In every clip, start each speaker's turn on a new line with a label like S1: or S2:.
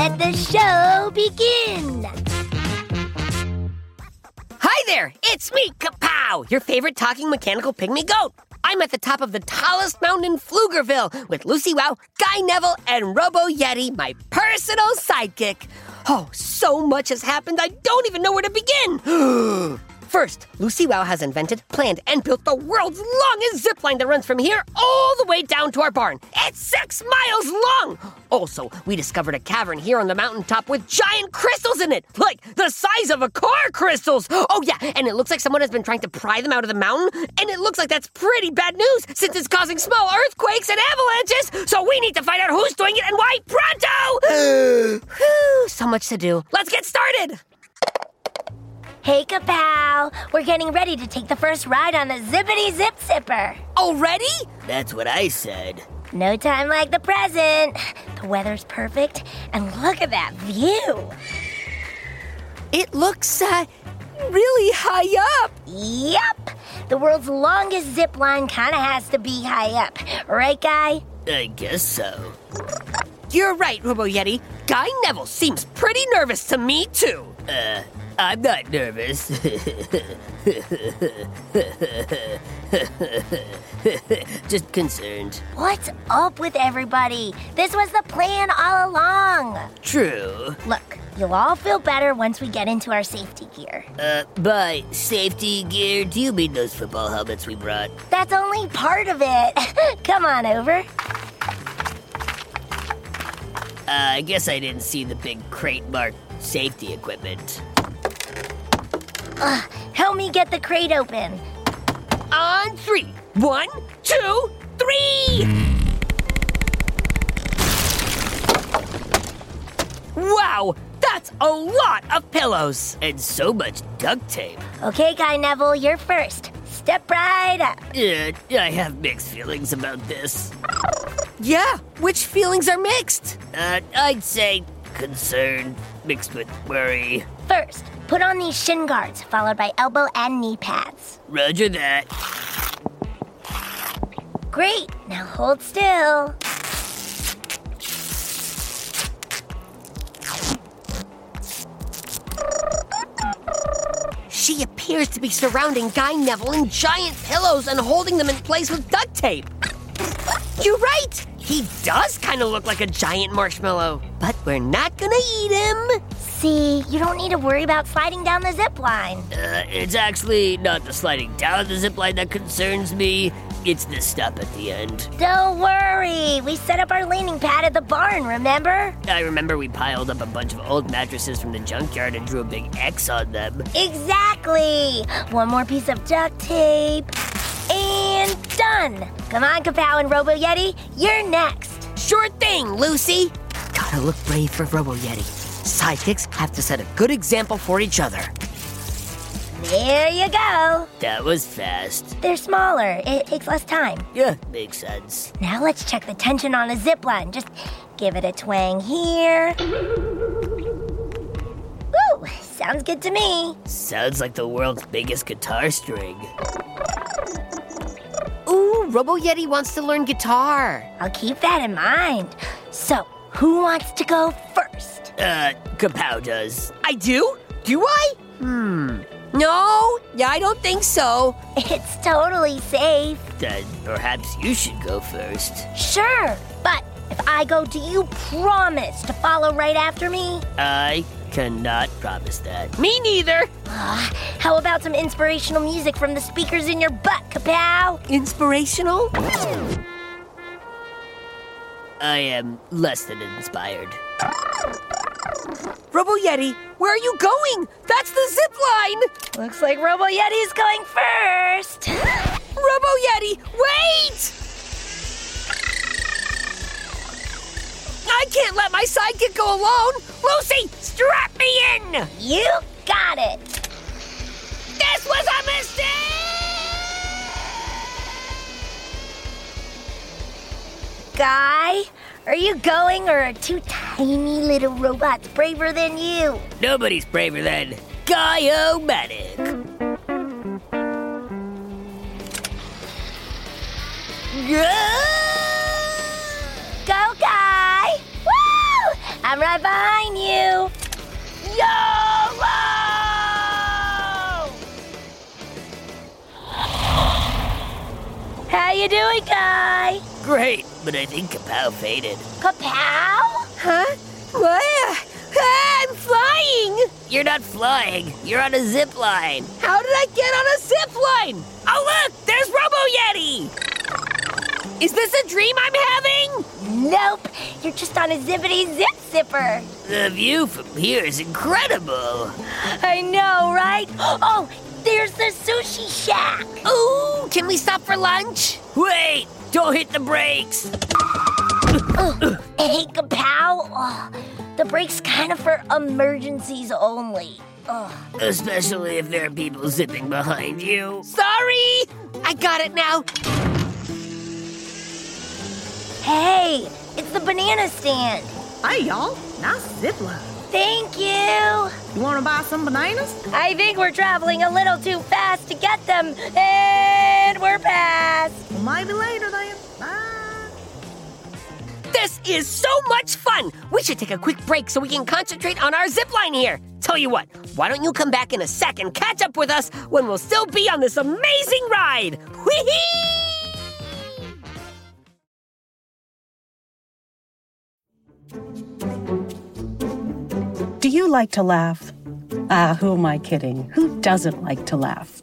S1: Let the show begin.
S2: Hi there. It's me, Kapow, your favorite talking mechanical pygmy goat. I'm at the top of the tallest mountain in Pflugerville with Lucy Wow, Guy Neville, and Robo Yeti, my personal sidekick. Oh, so much has happened, I don't even know where to begin. First, Lucy Wow has invented, planned, and built the world's longest zip line that runs from here all the way down to our barn. It's six miles long! Also, we discovered a cavern here on the mountaintop with giant crystals in it, like the size of a car crystals! Oh, yeah, and it looks like someone has been trying to pry them out of the mountain, and it looks like that's pretty bad news since it's causing small earthquakes and avalanches, so we need to find out who's doing it and why pronto! Whew, so much to do. Let's get started!
S1: Hey, Kapow! We're getting ready to take the first ride on the Zippity Zip Zipper.
S2: Already?
S3: That's what I said.
S1: No time like the present. The weather's perfect, and look at that view.
S2: It looks uh, really high up.
S1: Yep! The world's longest zip line kinda has to be high up. Right, Guy?
S3: I guess so.
S2: You're right, Robo Yeti. Guy Neville seems pretty nervous to me too.
S3: Uh, I'm not nervous. Just concerned.
S1: What's up with everybody? This was the plan all along.
S3: True.
S1: Look, you'll all feel better once we get into our safety gear.
S3: Uh, by safety gear, do you mean those football helmets we brought?
S1: That's only part of it. Come on over.
S3: Uh, I guess I didn't see the big crate marked safety equipment.
S1: Help me get the crate open.
S2: On three. One, two, three! Wow, that's a lot of pillows.
S3: And so much duct tape.
S1: Okay, Guy Neville, you're first. Step right up.
S3: Uh, I have mixed feelings about this.
S2: Yeah, which feelings are mixed?
S3: Uh, I'd say concern mixed with worry.
S1: First, put on these shin guards, followed by elbow and knee pads.
S3: Roger that.
S1: Great. Now hold still.
S2: She appears to be surrounding Guy Neville in giant pillows and holding them in place with duct tape. You're right! He does kind of look like a giant marshmallow, but we're not gonna eat him.
S1: See, you don't need to worry about sliding down the zip line.
S3: Uh, it's actually not the sliding down the zipline that concerns me, it's the stop at the end.
S1: Don't worry. We set up our landing pad at the barn, remember?
S3: I remember we piled up a bunch of old mattresses from the junkyard and drew a big X on them.
S1: Exactly. One more piece of duct tape. And done. Come on, Kapow and Robo Yeti. You're next.
S2: Sure thing, Lucy. Gotta look brave for Robo Yeti. Sidekicks have to set a good example for each other.
S1: There you go.
S3: That was fast.
S1: They're smaller. It takes less time.
S3: Yeah, makes sense.
S1: Now let's check the tension on a zip line. Just give it a twang here. Ooh, sounds good to me.
S3: Sounds like the world's biggest guitar string.
S2: Ooh, Robo Yeti wants to learn guitar.
S1: I'll keep that in mind. So, who wants to go first?
S3: Uh, Kapow does.
S2: I do? Do I? Hmm. No, yeah, I don't think so.
S1: It's totally safe.
S3: Then perhaps you should go first.
S1: Sure, but if I go, do you promise to follow right after me?
S3: I cannot promise that.
S2: Me neither.
S1: Ah, How about some inspirational music from the speakers in your butt, Kapow?
S2: Inspirational?
S3: I am less than inspired.
S2: Robo Yeti, where are you going? That's the zip line.
S1: Looks like Robo Yeti's going first.
S2: Robo Yeti, wait! I can't let my sidekick go alone. Lucy, strap me in.
S1: You got it.
S2: This was a mistake.
S1: Guy, are you going or are two tiny little robots braver than you?
S3: Nobody's braver than Guyomatic.
S1: Go, Guy! Woo! I'm right behind you. YOLO! How you doing, Guy?
S3: Great, but I think Kapow faded.
S1: Kapow?
S2: Huh? What? Ah, I'm flying.
S3: You're not flying, you're on a zip line.
S2: How did I get on a zip line?
S3: Oh, look, there's Robo Yeti!
S2: Is this a dream I'm having?
S1: Nope. You're just on a zippity zip zipper.
S3: The view from here is incredible.
S1: I know, right? Oh, there's the sushi shack.
S2: Ooh, can we stop for lunch?
S3: Wait, don't hit the brakes.
S1: Hey, Kapow. Oh, the brake's kind of for emergencies only. Ugh.
S3: Especially if there are people zipping behind you.
S2: Sorry. I got it now.
S1: Hey, it's the banana stand.
S4: Hey y'all, nice zipline.
S1: Thank you.
S4: You wanna buy some bananas?
S1: I think we're traveling a little too fast to get them, and we're past.
S4: Well, maybe later then. Bye.
S2: This is so much fun! We should take a quick break so we can concentrate on our zip line here. Tell you what, why don't you come back in a sec and catch up with us when we'll still be on this amazing ride? Whee!
S5: Do you like to laugh? Ah, who am I kidding? Who doesn't like to laugh?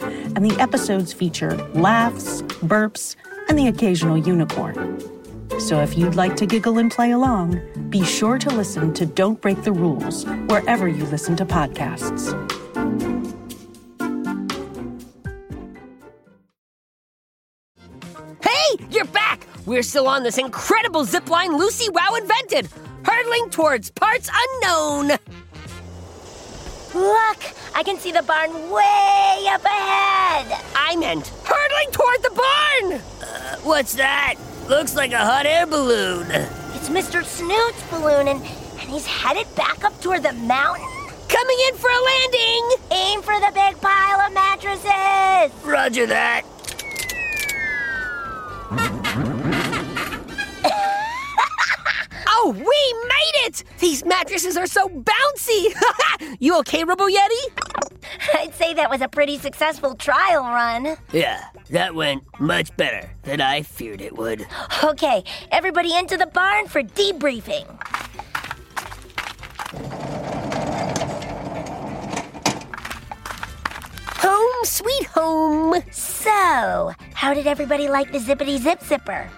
S5: and the episodes feature laughs, burps, and the occasional unicorn. So if you'd like to giggle and play along, be sure to listen to Don't Break the Rules wherever you listen to podcasts.
S2: Hey, you're back! We're still on this incredible zip line Lucy Wow invented, hurtling towards parts unknown.
S1: Look, I can see the barn way up ahead.
S2: I meant hurtling toward the barn!
S3: Uh, What's that? Looks like a hot air balloon.
S1: It's Mr. Snoot's balloon, and, and he's headed back up toward the mountain.
S2: Coming in for a landing!
S1: Aim for the big pile of mattresses.
S3: Roger that.
S2: Oh, we made it! These mattresses are so bouncy! you okay, Robo Yeti?
S1: I'd say that was a pretty successful trial run.
S3: Yeah, that went much better than I feared it would.
S1: Okay, everybody into the barn for debriefing.
S2: Home sweet home.
S1: So, how did everybody like the zippity zip zipper?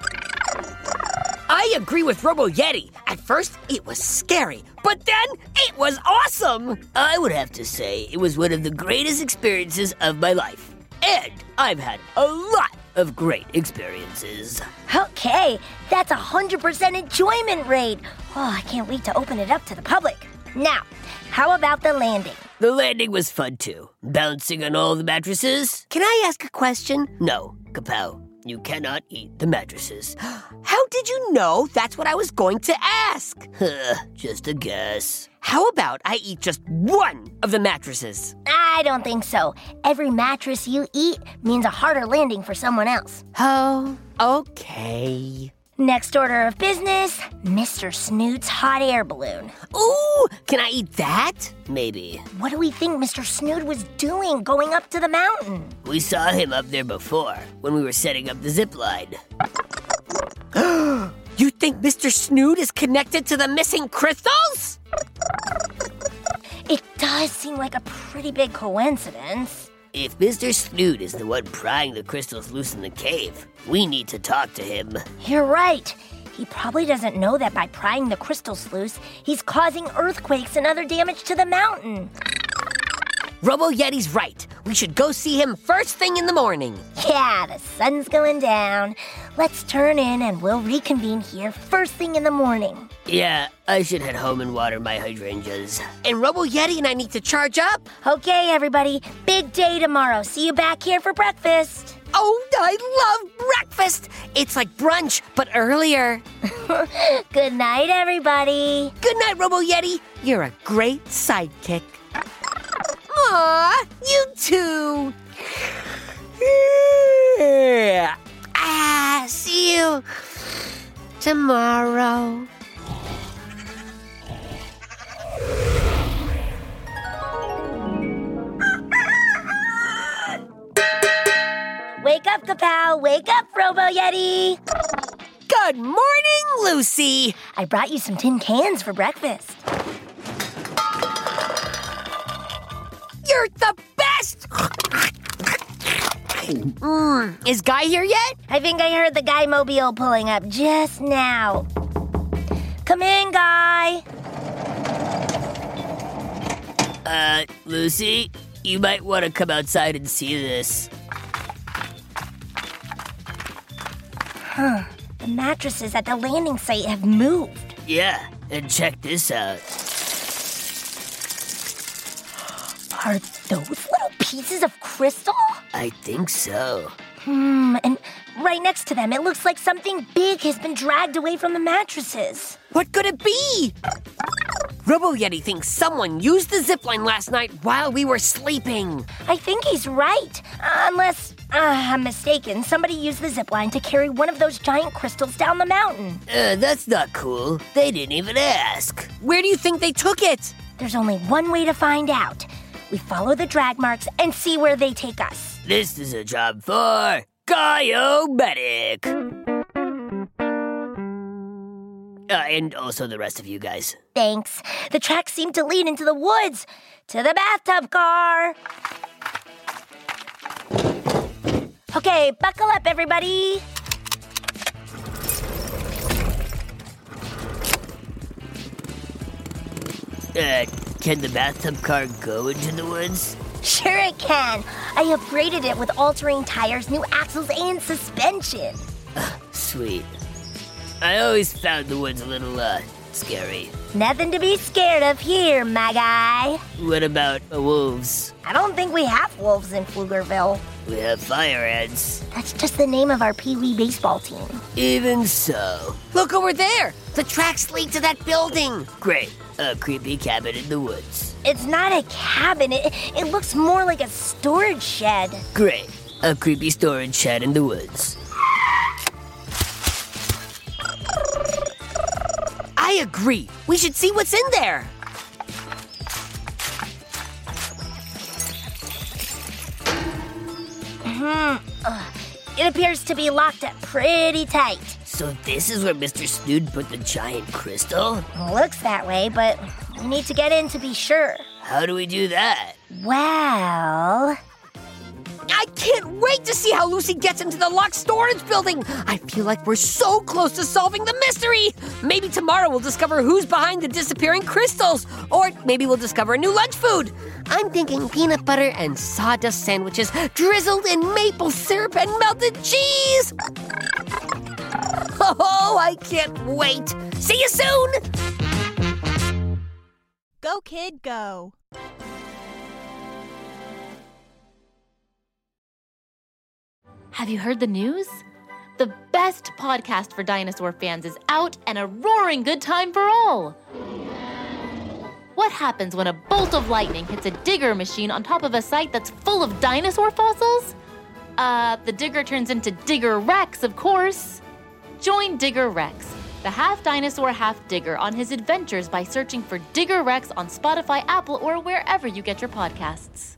S2: I agree with Robo Yeti. At first, it was scary, but then it was awesome.
S3: I would have to say it was one of the greatest experiences of my life. And I've had a lot of great experiences.
S1: Okay, that's a 100% enjoyment rate. Oh, I can't wait to open it up to the public. Now, how about the landing?
S3: The landing was fun too. Bouncing on all the mattresses?
S2: Can I ask a question?
S3: No, Kapow, you cannot eat the mattresses.
S2: How did you know that's what I was going to ask?
S3: Huh, Just a guess.
S2: How about I eat just one of the mattresses?
S1: I don't think so. Every mattress you eat means a harder landing for someone else.
S2: Oh, okay.
S1: Next order of business Mr. Snoot's hot air balloon.
S2: Ooh, can I eat that?
S3: Maybe.
S1: What do we think Mr. Snoot was doing going up to the mountain?
S3: We saw him up there before when we were setting up the zip line.
S2: You think Mr. Snood is connected to the missing crystals?
S1: It does seem like a pretty big coincidence.
S3: If Mr. Snoot is the one prying the crystals loose in the cave, we need to talk to him.
S1: You're right. He probably doesn't know that by prying the crystals loose, he's causing earthquakes and other damage to the mountain.
S2: Robo Yeti's right. We should go see him first thing in the morning.
S1: Yeah, the sun's going down. Let's turn in and we'll reconvene here first thing in the morning.
S3: Yeah, I should head home and water my hydrangeas.
S2: And Robo Yeti and I need to charge up.
S1: Okay, everybody, big day tomorrow. See you back here for breakfast.
S2: Oh, I love breakfast. It's like brunch, but earlier.
S1: Good night, everybody.
S2: Good night, Robo Yeti. You're a great sidekick. Aw, you too. ah, see you tomorrow.
S1: Wake up, Kapow! Wake up, Robo Yeti!
S2: Good morning, Lucy.
S1: I brought you some tin cans for breakfast.
S2: You're the best. Mm, is Guy here yet?
S1: I think I heard the guy mobile pulling up just now. Come in, guy.
S3: Uh, Lucy, you might want to come outside and see this.
S1: The mattresses at the landing site have moved.
S3: Yeah, and check this out.
S1: Are those little pieces of crystal?
S3: I think so.
S1: Hmm, and right next to them, it looks like something big has been dragged away from the mattresses.
S2: What could it be? Robo Yeti thinks someone used the zipline last night while we were sleeping.
S1: I think he's right. Unless uh, I'm mistaken, somebody used the zip line to carry one of those giant crystals down the mountain.
S3: Uh, that's not cool. They didn't even ask.
S2: Where do you think they took it?
S1: There's only one way to find out. We follow the drag marks and see where they take us.
S3: This is a job for Medic. Uh, and also the rest of you guys.
S1: Thanks. The tracks seem to lead into the woods. To the bathtub car. Okay, buckle up, everybody.
S3: Uh, can the bathtub car go into the woods?
S1: Sure, it can. I upgraded it with altering tires, new axles, and suspension.
S3: Sweet. I always found the woods a little, uh, scary.
S1: Nothing to be scared of here, my guy.
S3: What about uh, wolves?
S1: I don't think we have wolves in Pflugerville.
S3: We have fire ants.
S1: That's just the name of our Pee Wee baseball team.
S3: Even so.
S2: Look over there. The tracks lead to that building.
S3: Great. A creepy cabin in the woods.
S1: It's not a cabin, it, it looks more like a storage shed.
S3: Great. A creepy storage shed in the woods.
S2: I agree. We should see what's in there.
S1: It appears to be locked up pretty tight.
S3: So this is where Mr. Snood put the giant crystal?
S1: Looks that way, but we need to get in to be sure.
S3: How do we do that?
S1: Well,
S2: I can't wait to see how Lucy gets into the locked storage building. I feel like we're so close to solving the mystery. Maybe tomorrow we'll discover who's behind the disappearing crystals, or maybe we'll discover a new lunch food. I'm thinking peanut butter and sawdust sandwiches drizzled in maple syrup and melted cheese. Oh, I can't wait. See you soon.
S6: Go, kid, go.
S7: Have you heard the news? The best podcast for dinosaur fans is out and a roaring good time for all. What happens when a bolt of lightning hits a digger machine on top of a site that's full of dinosaur fossils? Uh, the digger turns into Digger Rex, of course. Join Digger Rex, the half dinosaur, half digger, on his adventures by searching for Digger Rex on Spotify, Apple, or wherever you get your podcasts.